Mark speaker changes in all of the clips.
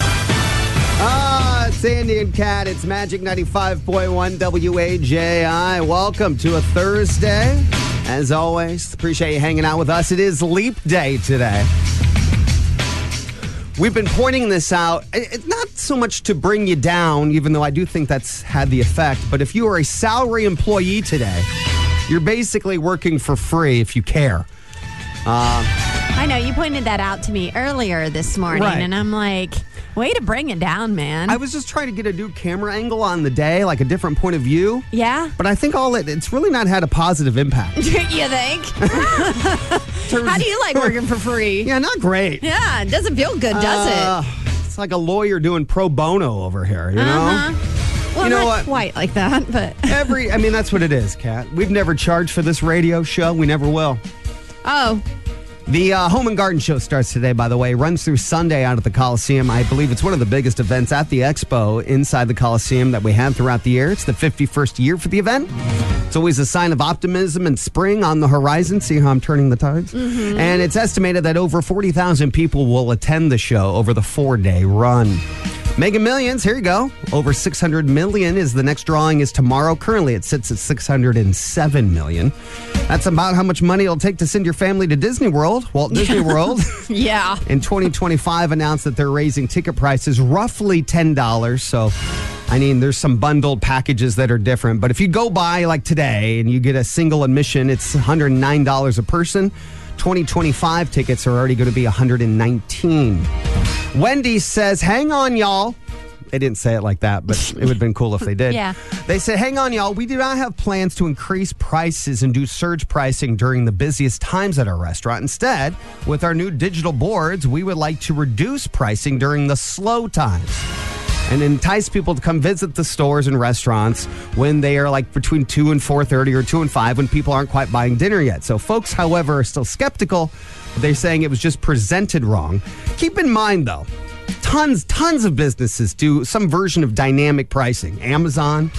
Speaker 1: Ah, Sandy and Cat. It's Magic 95.1 WAJI. Welcome to a Thursday. As always, appreciate you hanging out with us. It is Leap Day today. We've been pointing this out, i- it's not so much to bring you down, even though I do think that's had the effect, but if you are a salary employee today, you're basically working for free if you care.
Speaker 2: I know you pointed that out to me earlier this morning,
Speaker 1: Right.
Speaker 2: and I'm like, way to bring it down, man.
Speaker 1: I was just trying to get a new camera angle on the day, like a different point of view.
Speaker 2: yeah.
Speaker 1: But I think all it, it's really not had a positive impact.
Speaker 2: you think? How do you like working for free?
Speaker 1: Yeah, not great.
Speaker 2: Yeah, it doesn't feel good, does
Speaker 1: Uh, it's like a lawyer doing pro bono over here, you
Speaker 2: it?
Speaker 1: know?
Speaker 2: huh. Uh-huh. Well,
Speaker 1: You know
Speaker 2: not
Speaker 1: what?
Speaker 2: quite like that, but
Speaker 1: Every, I mean, that's what it is, Kat. We've never charged for this radio show. We never will.
Speaker 2: oh,
Speaker 1: The uh, Home and Garden Show starts today, by the way. Runs through Sunday out at the Coliseum. I believe it's one of the biggest events at the Expo inside the Coliseum that we have throughout the year. It's the 51st year for the event. It's always a sign of optimism and spring on the horizon. See how I'm turning the tides? And it's estimated that over 40,000 people will attend the show over the four day run. Mega Millions, here you go. Over 600 million is the next drawing is tomorrow. Currently, it sits at 607 million. That's about how much money it'll take to send your family to Disney World. Walt Disney World
Speaker 2: yeah.
Speaker 1: in 2025 announced that they're raising ticket prices roughly $10. So, I mean, there's some bundled packages that are different. But if you go by like today and you get a single admission, it's $109 a person. 2025 tickets are already going to be 119. Wendy says, "Hang on, y'all." They didn't say it like that, but it would have been cool if they did.
Speaker 2: Yeah.
Speaker 1: They said, hang on, y'all. We do not have plans to increase prices and do surge pricing during the busiest times at our restaurant. Instead, with our new digital boards, we would like to reduce pricing during the slow times and entice people to come visit the stores and restaurants when they are like between 2 and 4.30 or 2 and 5 when people aren't quite buying dinner yet so folks however are still skeptical they're saying it was just presented wrong keep in mind though tons tons of businesses do some version of dynamic pricing amazon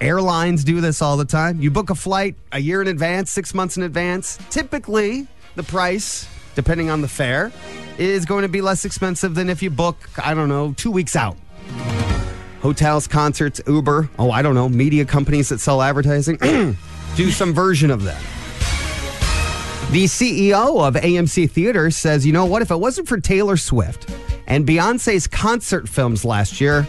Speaker 1: Airlines do this all the time. You book a flight a year in advance, six months in advance. Typically, the price, depending on the fare, is going to be less expensive than if you book, I don't know, two weeks out. Hotels, concerts, Uber, oh, I don't know, media companies that sell advertising do some version of that. The CEO of AMC Theater says, you know what, if it wasn't for Taylor Swift and Beyonce's concert films last year,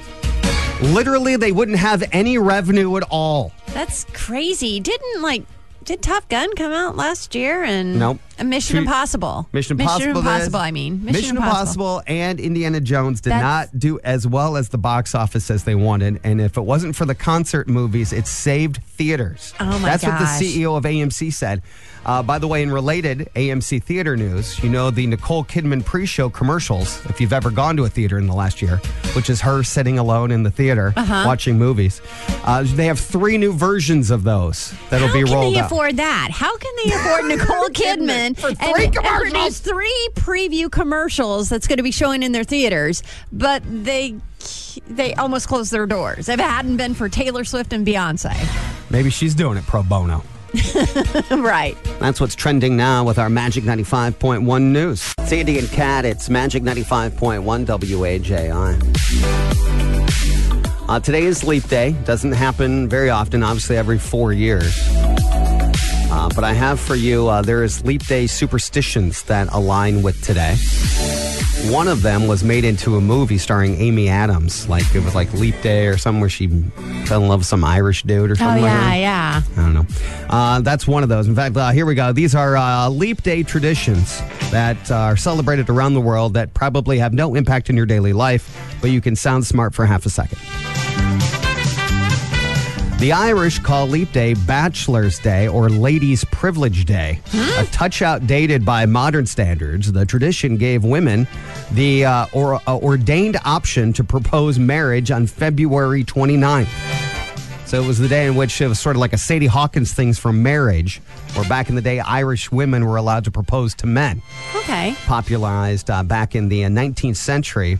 Speaker 1: literally they wouldn't have any revenue at all.
Speaker 2: That's crazy. Didn't like did Top Gun come out last year and
Speaker 1: Nope.
Speaker 2: A Mission
Speaker 1: Two-
Speaker 2: Impossible.
Speaker 1: Mission Impossible.
Speaker 2: Mission
Speaker 1: this.
Speaker 2: Impossible. I mean,
Speaker 1: Mission, Impossible. and Indiana Jones did
Speaker 2: That's-
Speaker 1: not do as well as the box office as they wanted. And if it wasn't for the concert movies, it saved theaters.
Speaker 2: Oh, my
Speaker 1: That's what the
Speaker 2: gosh.
Speaker 1: CEO of AMC said. Uh, by the way, in related AMC theater news, you know the Nicole Kidman pre-show commercials. If you've ever gone to a theater in the last year, which is her sitting alone in the theater
Speaker 2: Uh-huh.
Speaker 1: watching movies, uh, they have three new versions of those that'll
Speaker 2: How
Speaker 1: be
Speaker 2: can
Speaker 1: rolled
Speaker 2: they
Speaker 1: out.
Speaker 2: afford that? How can they afford Nicole Kidman,
Speaker 1: for
Speaker 2: and-
Speaker 1: three
Speaker 2: and,
Speaker 1: commercials?
Speaker 2: produce three preview commercials that's going to be showing in their theaters? But they they almost closed their doors. If it hadn't been for Taylor Swift and Beyonce,
Speaker 1: Maybe she's doing it pro bono.
Speaker 2: right?
Speaker 1: That's what's trending now with our Magic 95.1 news. Sandy and Cat, it's Magic 95.1 WAJI. Uh, today is Leap Day. Doesn't happen very often, obviously, every four years. Uh, but I have for you, uh, there is Leap Day superstitions that align with today. One of them was made into a movie starring Amy Adams. Like, it was like Leap Day or something where she fell in love with some Irish dude or
Speaker 2: Oh
Speaker 1: something like
Speaker 2: yeah,
Speaker 1: that.
Speaker 2: yeah.
Speaker 1: I don't know. Uh, that's one of those. In fact, uh, here we go. These are uh, leap day traditions that uh, are celebrated around the world that probably have no impact in your daily life, but you can sound smart for half a second. The Irish call Leap Day Bachelor's Day or Ladies' Privilege Day, a touch outdated by modern standards. The tradition gave women the uh, or, uh, ordained option to propose marriage on February 29th. So it was the day in which it was sort of like a Sadie Hawkins things for marriage, where back in the day, Irish women were allowed to propose to men,
Speaker 2: Okay.
Speaker 1: popularized uh, back in the uh, 19th century.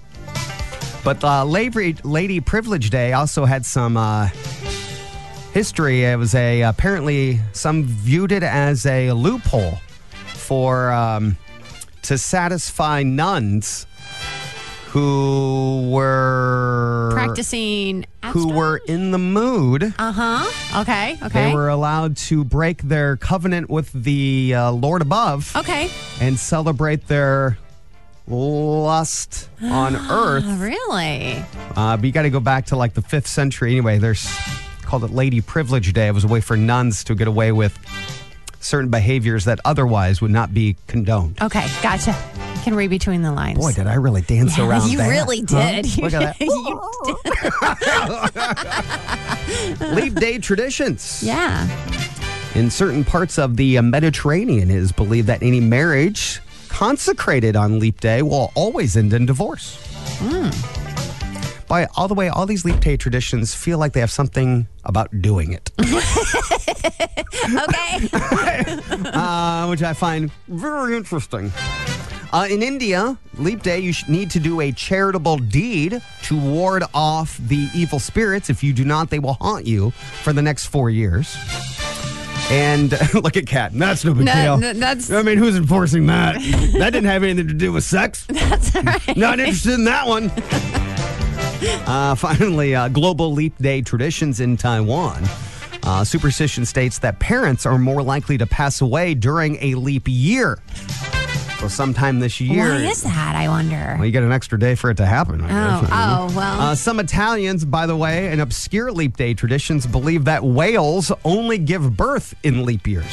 Speaker 1: But uh, Lady, Lady Privilege Day also had some uh, history. It was a apparently some viewed it as a loophole for um, to satisfy nuns who were
Speaker 2: practicing
Speaker 1: who were in the mood.
Speaker 2: Uh huh. Okay. Okay.
Speaker 1: They were allowed to break their covenant with the uh, Lord above
Speaker 2: okay.
Speaker 1: and celebrate their lust on
Speaker 2: Oh,
Speaker 1: earth.
Speaker 2: really?
Speaker 1: Uh, but you got to go back to like the fifth century anyway. There's called it Lady Privilege Day. It was a way for nuns to get away with certain behaviors that otherwise would not be condoned.
Speaker 2: Okay. Gotcha. You can read between the lines.
Speaker 1: Boy, did I really dance
Speaker 2: Yeah,
Speaker 1: around
Speaker 2: you
Speaker 1: that,
Speaker 2: really
Speaker 1: huh?
Speaker 2: did. You-
Speaker 1: Look at
Speaker 2: you-
Speaker 1: that. Leap Day traditions.
Speaker 2: yeah.
Speaker 1: In certain parts of the uh, Mediterranean, it is believed that any marriage consecrated on Leap Day will always end in divorce. By all the way, all these Leap Day traditions feel like they have something about doing it,
Speaker 2: Okay.
Speaker 1: uh, which I find very interesting. Uh, in India, Leap Day, you sh- need to do a charitable deed to ward off the evil spirits. If you do not, they will haunt you for the next four years. And look at Kat. That's no big
Speaker 2: No,
Speaker 1: deal.
Speaker 2: no, that's-
Speaker 1: I mean, who's enforcing that? that didn't have anything to do with sex.
Speaker 2: That's all right.
Speaker 1: Not interested in that one. Uh, finally, uh, global leap day traditions in Taiwan. Uh, superstition states that parents are more likely to pass away during a leap year. So, sometime this year.
Speaker 2: Why is that? I wonder.
Speaker 1: Well, you get an extra day for it to happen. I
Speaker 2: Oh,
Speaker 1: guess. I don't
Speaker 2: oh,
Speaker 1: know.
Speaker 2: well.
Speaker 1: Uh, some Italians, by the way, and obscure leap day traditions believe that whales only give birth in leap years.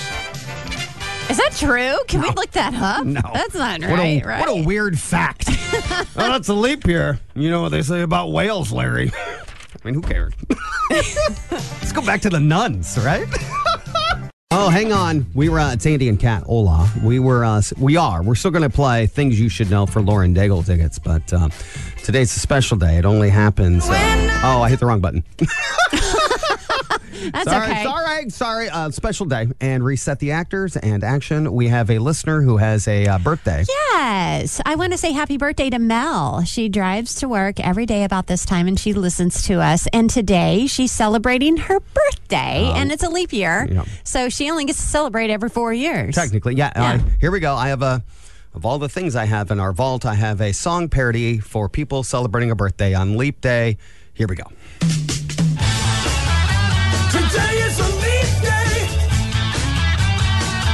Speaker 2: Is that true? Can we look that up?
Speaker 1: No,
Speaker 2: That's not
Speaker 1: What a-
Speaker 2: right, right?
Speaker 1: What a weird fact. oh, that's a leap year. You know what they say about whales, Larry. I mean, who cares? Let's go back to the nuns, right? Oh, hang on. We were uh, it's Andy and Kat. Hola. We were. Uh, s- we are. We're still going to play things you should know for Lauren Daigle tickets, but um, today's a special day. It only happens. Uh, oh, I hit the wrong button.
Speaker 2: That's
Speaker 1: sorry,
Speaker 2: okay.
Speaker 1: sorry, sorry. Uh, special day and reset the actors and action. We have a listener who has a uh, birthday.
Speaker 2: Yes. I want to say happy birthday to Mel. She drives to work every day about this time and she listens to us. And today she's celebrating her birthday and it's a leap year.
Speaker 1: Oh. yeah.
Speaker 2: So she only gets to celebrate every four years.
Speaker 1: Technically, yeah. uh,
Speaker 2: Yeah.
Speaker 1: here we go. I have a of all the things I have in our vault, I have a song parody for people celebrating a birthday on Leap Day. Here we go.
Speaker 3: Today is a leap day.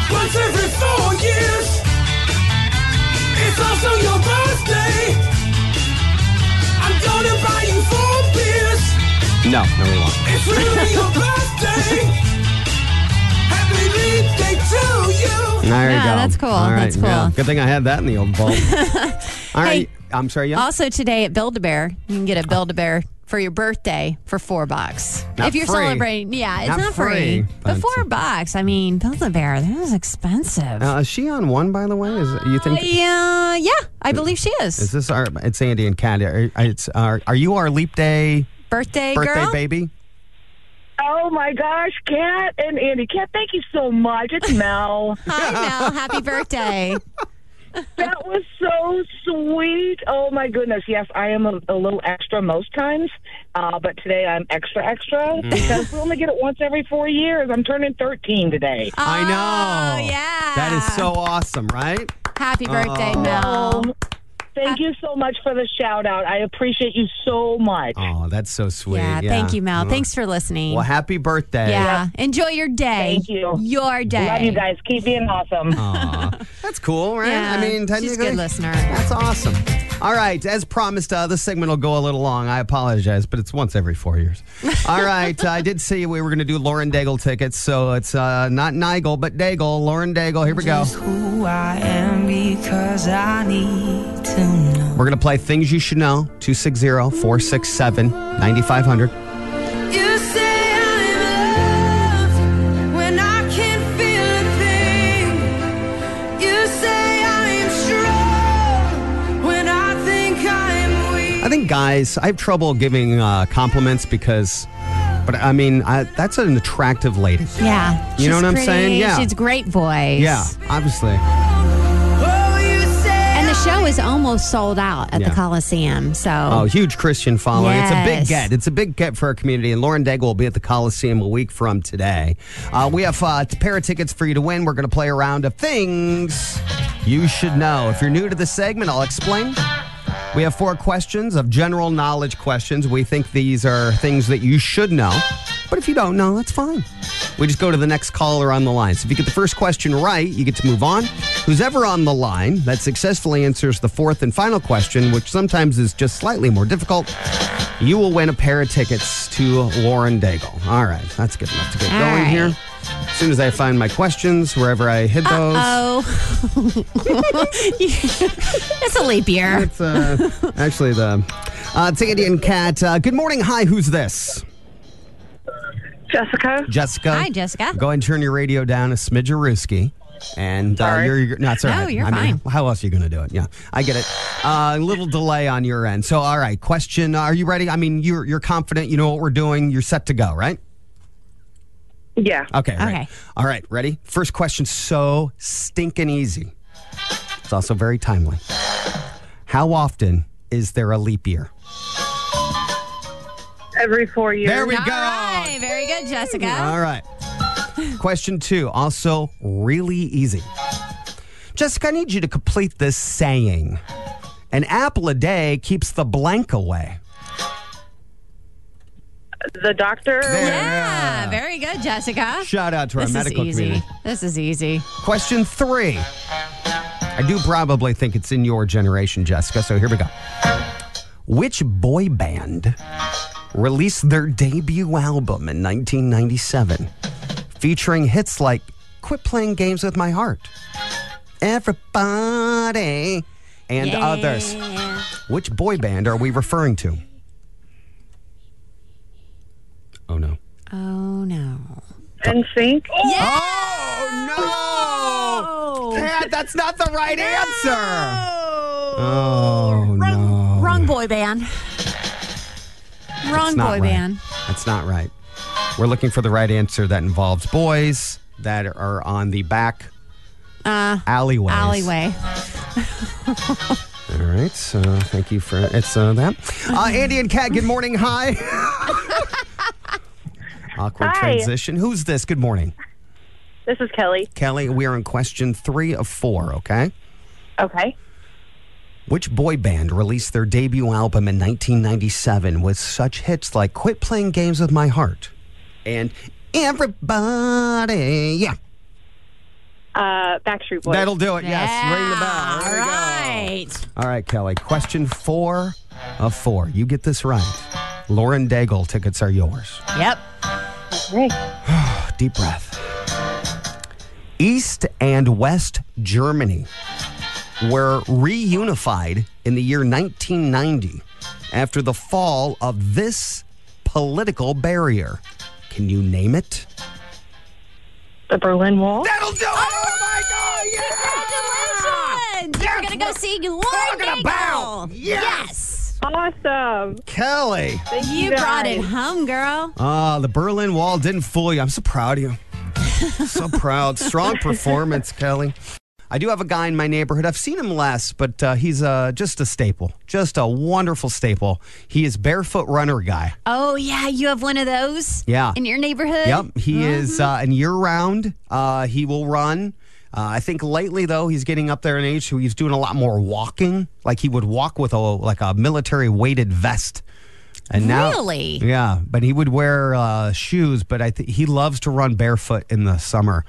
Speaker 3: Once every four years. It's also your birthday. I'm gonna buy you four beers.
Speaker 1: No, no, we won't.
Speaker 3: It's really your birthday. Happy leap day to you.
Speaker 1: There you
Speaker 2: Yeah,
Speaker 1: go.
Speaker 2: that's cool,
Speaker 1: All right,
Speaker 2: that's cool.
Speaker 1: yeah. Good thing I had that in the old vault. all right.
Speaker 2: Hey.
Speaker 1: I'm sorry. Yeah.
Speaker 2: Also today at Build a Bear, you can get a Build a Bear for your birthday for four bucks.
Speaker 1: Not
Speaker 2: if you're
Speaker 1: free.
Speaker 2: celebrating, yeah, it's
Speaker 1: Not
Speaker 2: not,
Speaker 1: free,
Speaker 2: free, but
Speaker 1: but-
Speaker 2: four bucks. I mean, Build a Bear, that was expensive.
Speaker 1: Uh, is she on one, by the way? Is you think?
Speaker 2: yeah, yeah, I believe she is.
Speaker 1: Is this our? It's Andy and Kat. Are, it's our, Are you our Leap Day
Speaker 2: birthday,
Speaker 1: birthday
Speaker 2: girl.
Speaker 1: baby?
Speaker 4: Oh my gosh, Kat and Andy. Kat, thank you so much. It's Mel.
Speaker 2: Hi, Mel. Happy birthday.
Speaker 4: that was so sweet. Oh my goodness. Yes, I am a, a little extra most times, uh, but today I'm extra extra
Speaker 1: Mm.
Speaker 4: because we only get it once every four years. I'm turning 13 today.
Speaker 1: I know.
Speaker 2: Oh, yeah.
Speaker 1: That is so awesome, right?
Speaker 2: Happy birthday,
Speaker 1: Oh.
Speaker 2: Mel.
Speaker 4: Um, thank you so much for the shout out. I appreciate you so much.
Speaker 1: Oh, that's so sweet.
Speaker 2: Yeah, thank you, Mel.
Speaker 1: Mm.
Speaker 2: Thanks for listening.
Speaker 1: Well, happy birthday.
Speaker 2: yeah. Enjoy your day.
Speaker 4: Thank you.
Speaker 2: Your day.
Speaker 4: Love you guys. Keep being awesome.
Speaker 1: Aw, that's cool, right?
Speaker 2: Yeah,
Speaker 1: I mean,
Speaker 2: she's a
Speaker 1: technically,
Speaker 2: good listener.
Speaker 1: That's awesome. All right, as promised, uh, this segment will go a little long. I apologize, but it's once every four years. All right, I did see we were going to do Lauren Daigle tickets, so it's uh, not Nigel, but Daigle. Lauren Daigle, here we go.
Speaker 5: who I am because I need to know.
Speaker 1: We're going to play Things You Should Know, 260 467 9500.
Speaker 5: You say I'm loved when I can't feel a thing. You say I'm strong when I think I'm weak.
Speaker 1: I think guys, I have trouble giving uh, compliments because, but I mean, I, that's an attractive lady.
Speaker 2: Yeah.
Speaker 1: You know
Speaker 2: She's
Speaker 1: what I'm
Speaker 2: pretty.
Speaker 1: saying? Yeah.
Speaker 2: She's a great voice.
Speaker 1: Yeah, obviously.
Speaker 5: Oh, you say
Speaker 2: And the show is almost sold out at
Speaker 1: Yeah.
Speaker 2: the Coliseum. So
Speaker 1: Oh, huge Christian following. It's a big
Speaker 2: Yes.
Speaker 1: get. It's a big get for our community. And Lauren Daigle will be at the Coliseum a week from today. Uh, we have uh, a pair of tickets for you to win. We're going to play a round of things you should know. If you're new to the segment, I'll explain. We have four questions of general knowledge questions. We think these are things that you should know, but if you don't know, that's fine. We just go to the next caller on the line. So if you get the first question right, you get to move on. Who's ever on the line that successfully answers the fourth and final question, which sometimes is just slightly more difficult, you will win a pair of tickets to Lauren Daigle. All right, that's good enough to get
Speaker 2: All
Speaker 1: going
Speaker 2: right.
Speaker 1: here. As soon as I find my questions, wherever I hid those.
Speaker 2: Oh, it's a leap year.
Speaker 1: It's uh, actually the. Uh, it's Andy and Kat. Uh, good morning. Hi, who's this?
Speaker 4: Jessica?
Speaker 1: Jessica.
Speaker 2: Hi, Jessica.
Speaker 1: Go ahead and turn your radio down a smidgerooski. And uh,
Speaker 4: Sorry.
Speaker 1: you're, you're not sorry.
Speaker 2: No, you're
Speaker 1: I mean,
Speaker 2: fine.
Speaker 1: how else are you going to do it? Yeah, I get it. Uh, A little delay on your end. So, all right. Question: Are you ready? I mean, you're you're confident. You know what we're doing. You're set to go, right?
Speaker 4: Yeah.
Speaker 1: Okay. right.
Speaker 2: Okay.
Speaker 1: All right. Ready? First question. So stinking easy. It's also very timely. How often is there a leap year?
Speaker 4: Every four years.
Speaker 1: There we
Speaker 2: All
Speaker 1: go.
Speaker 2: right, very good, Jessica.
Speaker 1: All right. Question two, also really easy. Jessica, I need you to complete this saying An apple a day keeps the blank away.
Speaker 4: The doctor.
Speaker 2: Yeah, very good, Jessica.
Speaker 1: Shout out to our
Speaker 2: This is
Speaker 1: medical
Speaker 2: easy.
Speaker 1: community.
Speaker 2: This is easy.
Speaker 1: Question three. I do probably think it's in your generation, Jessica, so here we go. Which boy band released their debut album in 1997 featuring hits like Quit Playing Games with My Heart, Everybody, and
Speaker 2: Yeah.
Speaker 1: others? Which boy band are we referring to? Oh no.
Speaker 2: Oh no.
Speaker 4: And think.
Speaker 1: Oh no! Kat, that's not the right answer.
Speaker 2: Oh,
Speaker 1: Oh
Speaker 2: wrong,
Speaker 1: no!
Speaker 2: wrong boy band. Wrong
Speaker 1: That's not
Speaker 2: boy
Speaker 1: right.
Speaker 2: band.
Speaker 1: That's not right. We're looking for the right answer that involves boys that are on the back
Speaker 2: Uh,
Speaker 1: alleyways.
Speaker 2: alleyway.
Speaker 1: All right. So thank you for it's uh, that. Uh, Andy and Kat. Good morning. Hi. Awkward
Speaker 4: Hi.
Speaker 1: transition. Who's this? Good morning,
Speaker 4: This is Kelly.
Speaker 1: Kelly. We are on question three of four. Okay.
Speaker 4: Okay.
Speaker 1: Which boy band released their debut album in 1997 with such hits like Quit Playing Games with My Heart and Everybody? Yeah.
Speaker 4: Uh, Backstreet Boys.
Speaker 1: That'll do it. Yes. Ring the bell.
Speaker 2: All
Speaker 1: There we
Speaker 2: right.
Speaker 1: go. All right, Kelly. Question four of four. You get this right. Lauren Daigle tickets are yours.
Speaker 2: Yep.
Speaker 1: Deep breath. East and West Germany were reunified in the year 1990 after the fall of this political barrier. Can you name it?
Speaker 4: the Berlin Wall.
Speaker 1: That'll do it! Oh my God!
Speaker 2: Congratulations. You're going to go see Lauren
Speaker 1: talking about.
Speaker 2: Daigle.
Speaker 1: Yes.
Speaker 4: Awesome.
Speaker 1: Kelly!
Speaker 4: Thank
Speaker 2: You
Speaker 4: guys.
Speaker 2: brought it home, girl.
Speaker 1: Ah, the Berlin Wall didn't fool you. I'm so proud of you. so proud. Strong performance, Kelly. I do have a guy in my neighborhood. I've seen him less, but uh, he's uh, just a staple, just a wonderful staple. He is barefoot runner guy.
Speaker 2: Oh, yeah. You have one of those?
Speaker 1: Yeah.
Speaker 2: In your neighborhood?
Speaker 1: Yep, he
Speaker 2: Mm-hmm.
Speaker 1: is, uh, and year round, uh, he will run. Uh, I think lately though he's getting up there in age, so he's doing a lot more walking. Like he would walk with a like a military weighted vest. And now,
Speaker 2: Really?
Speaker 1: yeah, but he would wear uh, shoes. But I think he loves to run barefoot in the summer.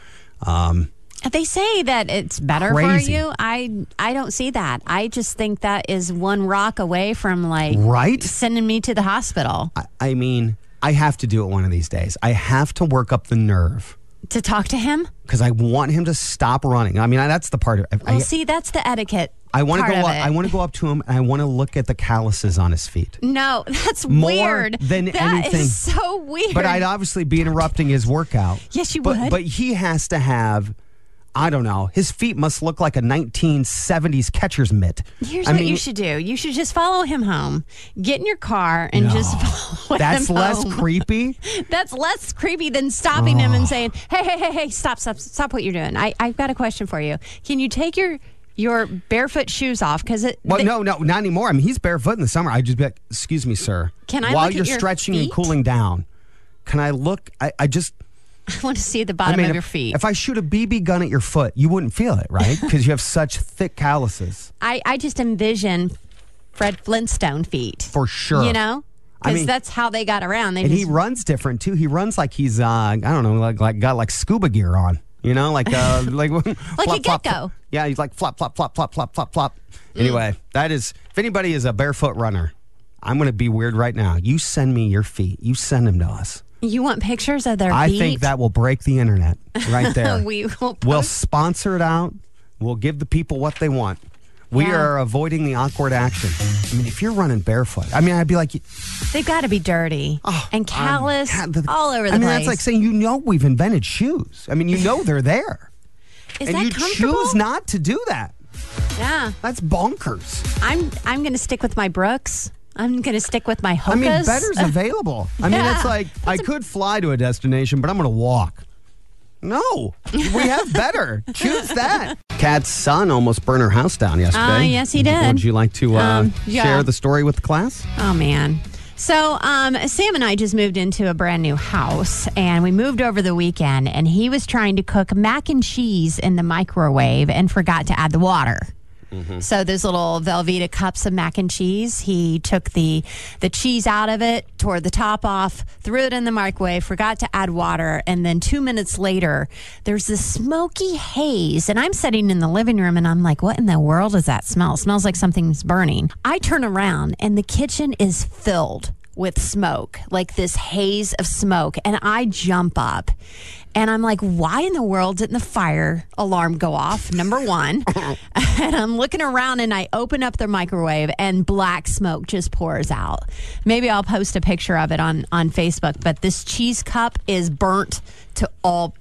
Speaker 1: Um,
Speaker 2: They say that it's better
Speaker 1: Crazy.
Speaker 2: for you. I I don't see that. I just think that is one rock away from like
Speaker 1: Right?
Speaker 2: sending me to the hospital
Speaker 1: I, I mean, I have to do it one of these days. I have to work up the nerve
Speaker 2: to talk to him.
Speaker 1: because I want him to stop running. I mean, I, that's the part. Of, I,
Speaker 2: Well,
Speaker 1: I-
Speaker 2: see, that's the etiquette.
Speaker 1: I want to
Speaker 2: part
Speaker 1: go. Up,
Speaker 2: of it.
Speaker 1: I want to go up to him and I want to look at the calluses on his feet.
Speaker 2: No, that's
Speaker 1: More
Speaker 2: weird.
Speaker 1: than
Speaker 2: That
Speaker 1: anything.
Speaker 2: is so weird.
Speaker 1: But I'd obviously be interrupting his workout.
Speaker 2: Yes, you
Speaker 1: but,
Speaker 2: would.
Speaker 1: But he has to have. I don't know. His feet must look like a 1970s catcher's mitt.
Speaker 2: Here's
Speaker 1: I
Speaker 2: what
Speaker 1: mean,
Speaker 2: you should do. You should just follow him home. Get in your car and just follow
Speaker 1: That's
Speaker 2: him
Speaker 1: less
Speaker 2: home.
Speaker 1: creepy.
Speaker 2: That's less creepy than stopping him and saying, "Hey, hey, hey, hey, stop, stop, stop! What you're doing? I, I've got a question for you. Can you take your your barefoot shoes off? Because it
Speaker 1: Well,
Speaker 2: they-
Speaker 1: no, no, not anymore. I mean, he's barefoot in the summer. I'd just be like, "Excuse me, sir.
Speaker 2: Can I
Speaker 1: While
Speaker 2: look at
Speaker 1: you're
Speaker 2: your
Speaker 1: stretching and
Speaker 2: feet?"
Speaker 1: cooling down, can I look? I, I just.
Speaker 2: I want to see the
Speaker 1: I
Speaker 2: bottom
Speaker 1: mean,
Speaker 2: of
Speaker 1: if-
Speaker 2: your feet.
Speaker 1: if I shoot a BB gun at your foot, you wouldn't feel it, right? Because you have such thick calluses.
Speaker 2: I, I just envision Fred Flintstone feet.
Speaker 1: For sure.
Speaker 2: You know?
Speaker 1: I
Speaker 2: Because
Speaker 1: mean-
Speaker 2: that's how they got around. They
Speaker 1: and
Speaker 2: just
Speaker 1: he runs different too. He runs like he's uh, I don't know, like like got like scuba gear on. You know, like uh, like like
Speaker 2: a gecko. Mm.
Speaker 1: Yeah, he's like flop flop flop flop flop flop flop. Anyway, that is if anybody is a barefoot runner, I'm going to be weird right now. You send me your feet. You send them to us.
Speaker 2: You want pictures of their
Speaker 1: I
Speaker 2: feet?
Speaker 1: think that will break the internet right there.
Speaker 2: we will. Post.
Speaker 1: we'll sponsor it out. We'll give the people what they want. We
Speaker 2: Yeah.
Speaker 1: are avoiding the awkward action. I mean, if you're running barefoot, I mean, I'd be like,
Speaker 2: They've got to be dirty and callous
Speaker 1: God, Oh, the-
Speaker 2: all over the
Speaker 1: I mean,
Speaker 2: place.
Speaker 1: that's like saying you know we've invented shoes. I mean, you know they're there,
Speaker 2: Is
Speaker 1: and
Speaker 2: that
Speaker 1: you
Speaker 2: comfortable?
Speaker 1: choose not to do that.
Speaker 2: Yeah,
Speaker 1: That's bonkers.
Speaker 2: I'm. I'm going to stick with my Brooks. I'm going to stick with my Hokas.
Speaker 1: I mean, better's available. I mean, it's
Speaker 2: Yeah.
Speaker 1: like I could fly to a destination, but I'm going to walk. No, we have better. choose that. Cat's son almost burned her house down yesterday.
Speaker 2: Ah, yes, he did.
Speaker 1: Would you like to uh,
Speaker 2: Um, yeah.
Speaker 1: share the story with the class?
Speaker 2: Oh man. So um, Sam and I just moved into a brand new house, and we moved over the weekend. And he was trying to cook mac and cheese in the microwave and forgot to add the water. So those little Velveeta cups of mac and cheese, he took the the cheese out of it, tore the top off, threw it in the microwave, forgot to add water, and then two minutes later, there's this smoky haze, and I'm sitting in the living room, and I'm like, "What in the world is that smell? It smells like something's burning." I turn around, and the kitchen is filled with smoke, like this haze of smoke, and I jump up. And I'm like, why in the world didn't the fire alarm go off? Number one. and I'm looking around and I open up the microwave and black smoke just pours out. Maybe I'll post a picture of it on, on Facebook, but this cheese cup is burnt to all,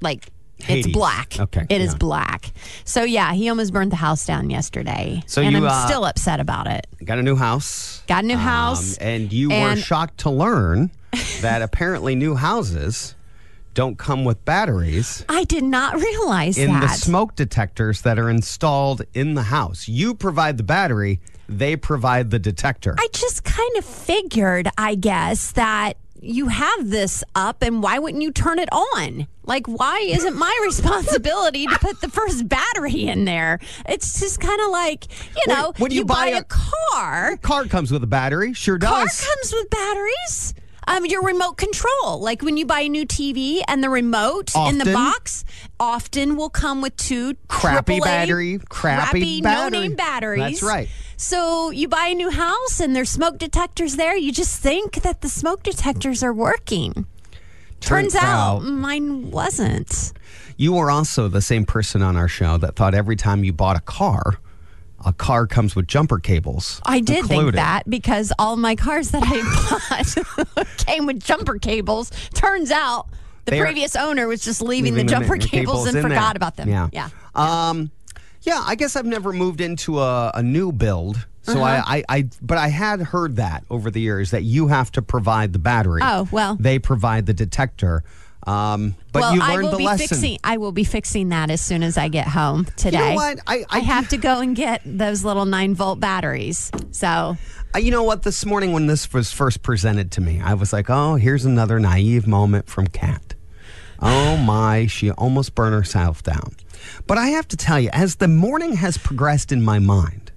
Speaker 2: like,
Speaker 1: Hades.
Speaker 2: it's black.
Speaker 1: Okay,
Speaker 2: It is
Speaker 1: yeah.
Speaker 2: black. So, yeah, he almost burned the house down yesterday.
Speaker 1: So
Speaker 2: and
Speaker 1: you,
Speaker 2: I'm
Speaker 1: uh,
Speaker 2: still upset about it.
Speaker 1: Got a new house.
Speaker 2: Got a new
Speaker 1: Um,
Speaker 2: house,
Speaker 1: and you were
Speaker 2: and-
Speaker 1: shocked to learn that apparently new houses don't come with batteries
Speaker 2: I did not realize
Speaker 1: in
Speaker 2: that.
Speaker 1: the smoke detectors that are installed in the house. You provide the battery, they provide the detector.
Speaker 2: I just kind of figured, I guess, that you have this up and why wouldn't you turn it on? Like, why isn't my responsibility to put the first battery in there? It's just kind of like, you
Speaker 1: Wait,
Speaker 2: know,
Speaker 1: when you buy
Speaker 2: a,
Speaker 1: a-
Speaker 2: car,
Speaker 1: Car comes with a battery, sure
Speaker 2: car
Speaker 1: does.
Speaker 2: comes with batteries. Um, your remote control, like when you buy a new TV and the remote in
Speaker 1: Often.
Speaker 2: the box, often will come with two
Speaker 1: Crappy
Speaker 2: AAA
Speaker 1: battery, crappy
Speaker 2: no
Speaker 1: battery.
Speaker 2: name batteries.
Speaker 1: That's right.
Speaker 2: So you buy a new house and there's smoke detectors there. You just think that the smoke detectors are working. Turns, out, mine wasn't.
Speaker 1: you were also the same person on our show that thought every time you bought a car, a car comes with jumper cables.
Speaker 2: I did think
Speaker 1: included.
Speaker 2: that because all my cars that I bought came with jumper cables. Turns out the
Speaker 1: They are-
Speaker 2: previous owner was just leaving,
Speaker 1: leaving
Speaker 2: the
Speaker 1: them
Speaker 2: jumper
Speaker 1: in- the
Speaker 2: cables, and
Speaker 1: in there.
Speaker 2: forgot about them.
Speaker 1: Yeah.
Speaker 2: yeah.
Speaker 1: Um, yeah, I guess I've never moved into a, a new build. So
Speaker 2: Uh-huh.
Speaker 1: I, I, I, but I had heard that over the years that you have to provide the battery.
Speaker 2: Oh, well.
Speaker 1: They provide the detector. Um, but
Speaker 2: well,
Speaker 1: you
Speaker 2: I
Speaker 1: learned
Speaker 2: will
Speaker 1: the
Speaker 2: be
Speaker 1: lesson.
Speaker 2: fixing. I will be fixing that as soon as I get home today.
Speaker 1: what? I- I-
Speaker 2: have to go and get those little nine volt batteries. So
Speaker 1: Uh, you know what? This morning when this was first presented to me, I was like, oh, here's another naive moment from Kat. Oh my, she almost burned herself down. But I have to tell you, as the morning has progressed in my mind,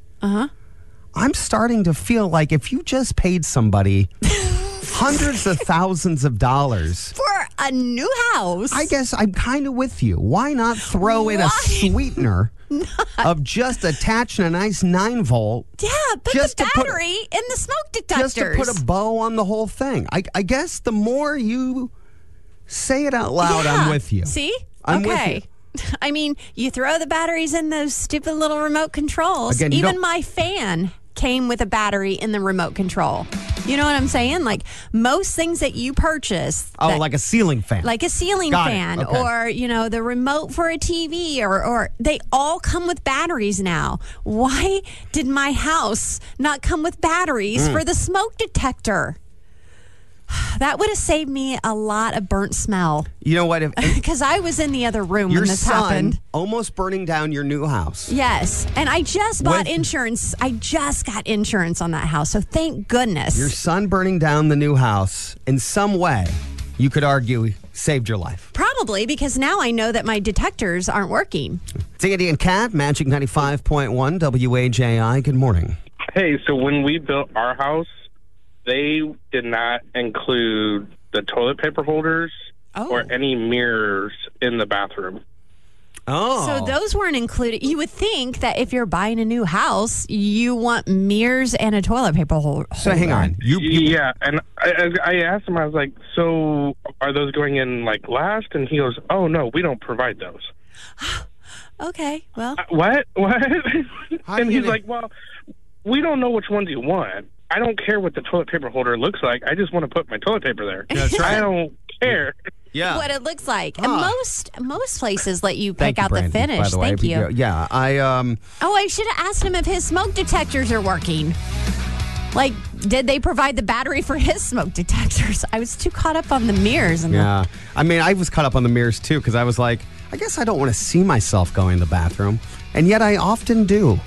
Speaker 1: I'm starting to feel like if you just paid somebody hundreds of thousands of dollars,
Speaker 2: for a new house,
Speaker 1: I guess I'm kind of with you. Why not throw in a
Speaker 2: Why
Speaker 1: sweetener of just attaching a nice nine volt?
Speaker 2: yeah, put
Speaker 1: just to
Speaker 2: the
Speaker 1: put-
Speaker 2: battery in the smoke detectors.
Speaker 1: just to put a bow on the whole thing. I, I guess the more you say it out loud, I'm
Speaker 2: Yeah.
Speaker 1: with you.
Speaker 2: See?
Speaker 1: I'm with
Speaker 2: okay. I mean, you throw the batteries in those stupid little remote controls.
Speaker 1: Again, you don't-
Speaker 2: Even my fan came with a battery in the remote control. You know what I'm saying? Like most things that you purchase,
Speaker 1: Oh,
Speaker 2: that-
Speaker 1: like a ceiling fan.
Speaker 2: like a ceiling
Speaker 1: Got it.
Speaker 2: fan
Speaker 1: Okay.
Speaker 2: or you know the remote for a TV or or they all come with batteries now. Why did my house not come with batteries
Speaker 1: Mm.
Speaker 2: for the smoke detector? That would have saved me a lot of burnt smell
Speaker 1: you know what? If,
Speaker 2: because I was in the other room
Speaker 1: your
Speaker 2: when this
Speaker 1: son
Speaker 2: happened.
Speaker 1: almost burning down your new house.
Speaker 2: Yes, and I just bought
Speaker 1: With-
Speaker 2: insurance. I just got insurance on that house, so thank goodness.
Speaker 1: Your son burning down the new house in some way, you could argue, saved your life.
Speaker 2: Probably because now I know that my detectors aren't working.
Speaker 1: It's Andy and Cat, Magic 95.1, WAJI. Good morning.
Speaker 6: Hey, so when we built our house, they did not include the toilet paper holders
Speaker 2: Oh.
Speaker 6: or any mirrors in the bathroom.
Speaker 1: Oh.
Speaker 2: So those weren't included. You would think that if you're buying a new house, you want mirrors and a toilet paper hol- holder.
Speaker 1: So hang on. You, you
Speaker 6: Yeah, and I, I I asked him. I was like, "So are those going in like last?" And he goes, "Oh no, we don't provide those."
Speaker 2: Okay. Well,
Speaker 1: Uh-uh.
Speaker 6: What? What?
Speaker 1: How
Speaker 6: and
Speaker 1: you
Speaker 6: he's
Speaker 1: gonna-
Speaker 6: like, "Well, we don't know which ones you want. I don't care what the toilet paper holder looks like. I just want to put my toilet paper there.
Speaker 1: That's right.
Speaker 6: I don't care."
Speaker 1: yeah.
Speaker 2: what it looks like. And
Speaker 1: Huh.
Speaker 2: most most places let you
Speaker 1: Thank
Speaker 2: pick
Speaker 1: you,
Speaker 2: out the
Speaker 1: Brandon,
Speaker 2: finish.
Speaker 1: By the way,
Speaker 2: Thank
Speaker 1: We
Speaker 2: you.
Speaker 1: go- yeah, I um.
Speaker 2: Oh, I should have asked him if his smoke detectors are working. Like, did they provide the battery for his smoke detectors? I was too caught up on the mirrors and
Speaker 1: Yeah. I mean, I was caught up on the mirrors too because I was like, I guess I don't want to see myself going to the bathroom. And yet I often do.